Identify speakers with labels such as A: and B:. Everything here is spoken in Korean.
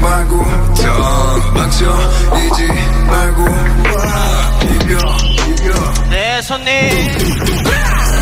A: 말고 도망쳐 이지 말고 와, 이겨 이겨
B: 내 손님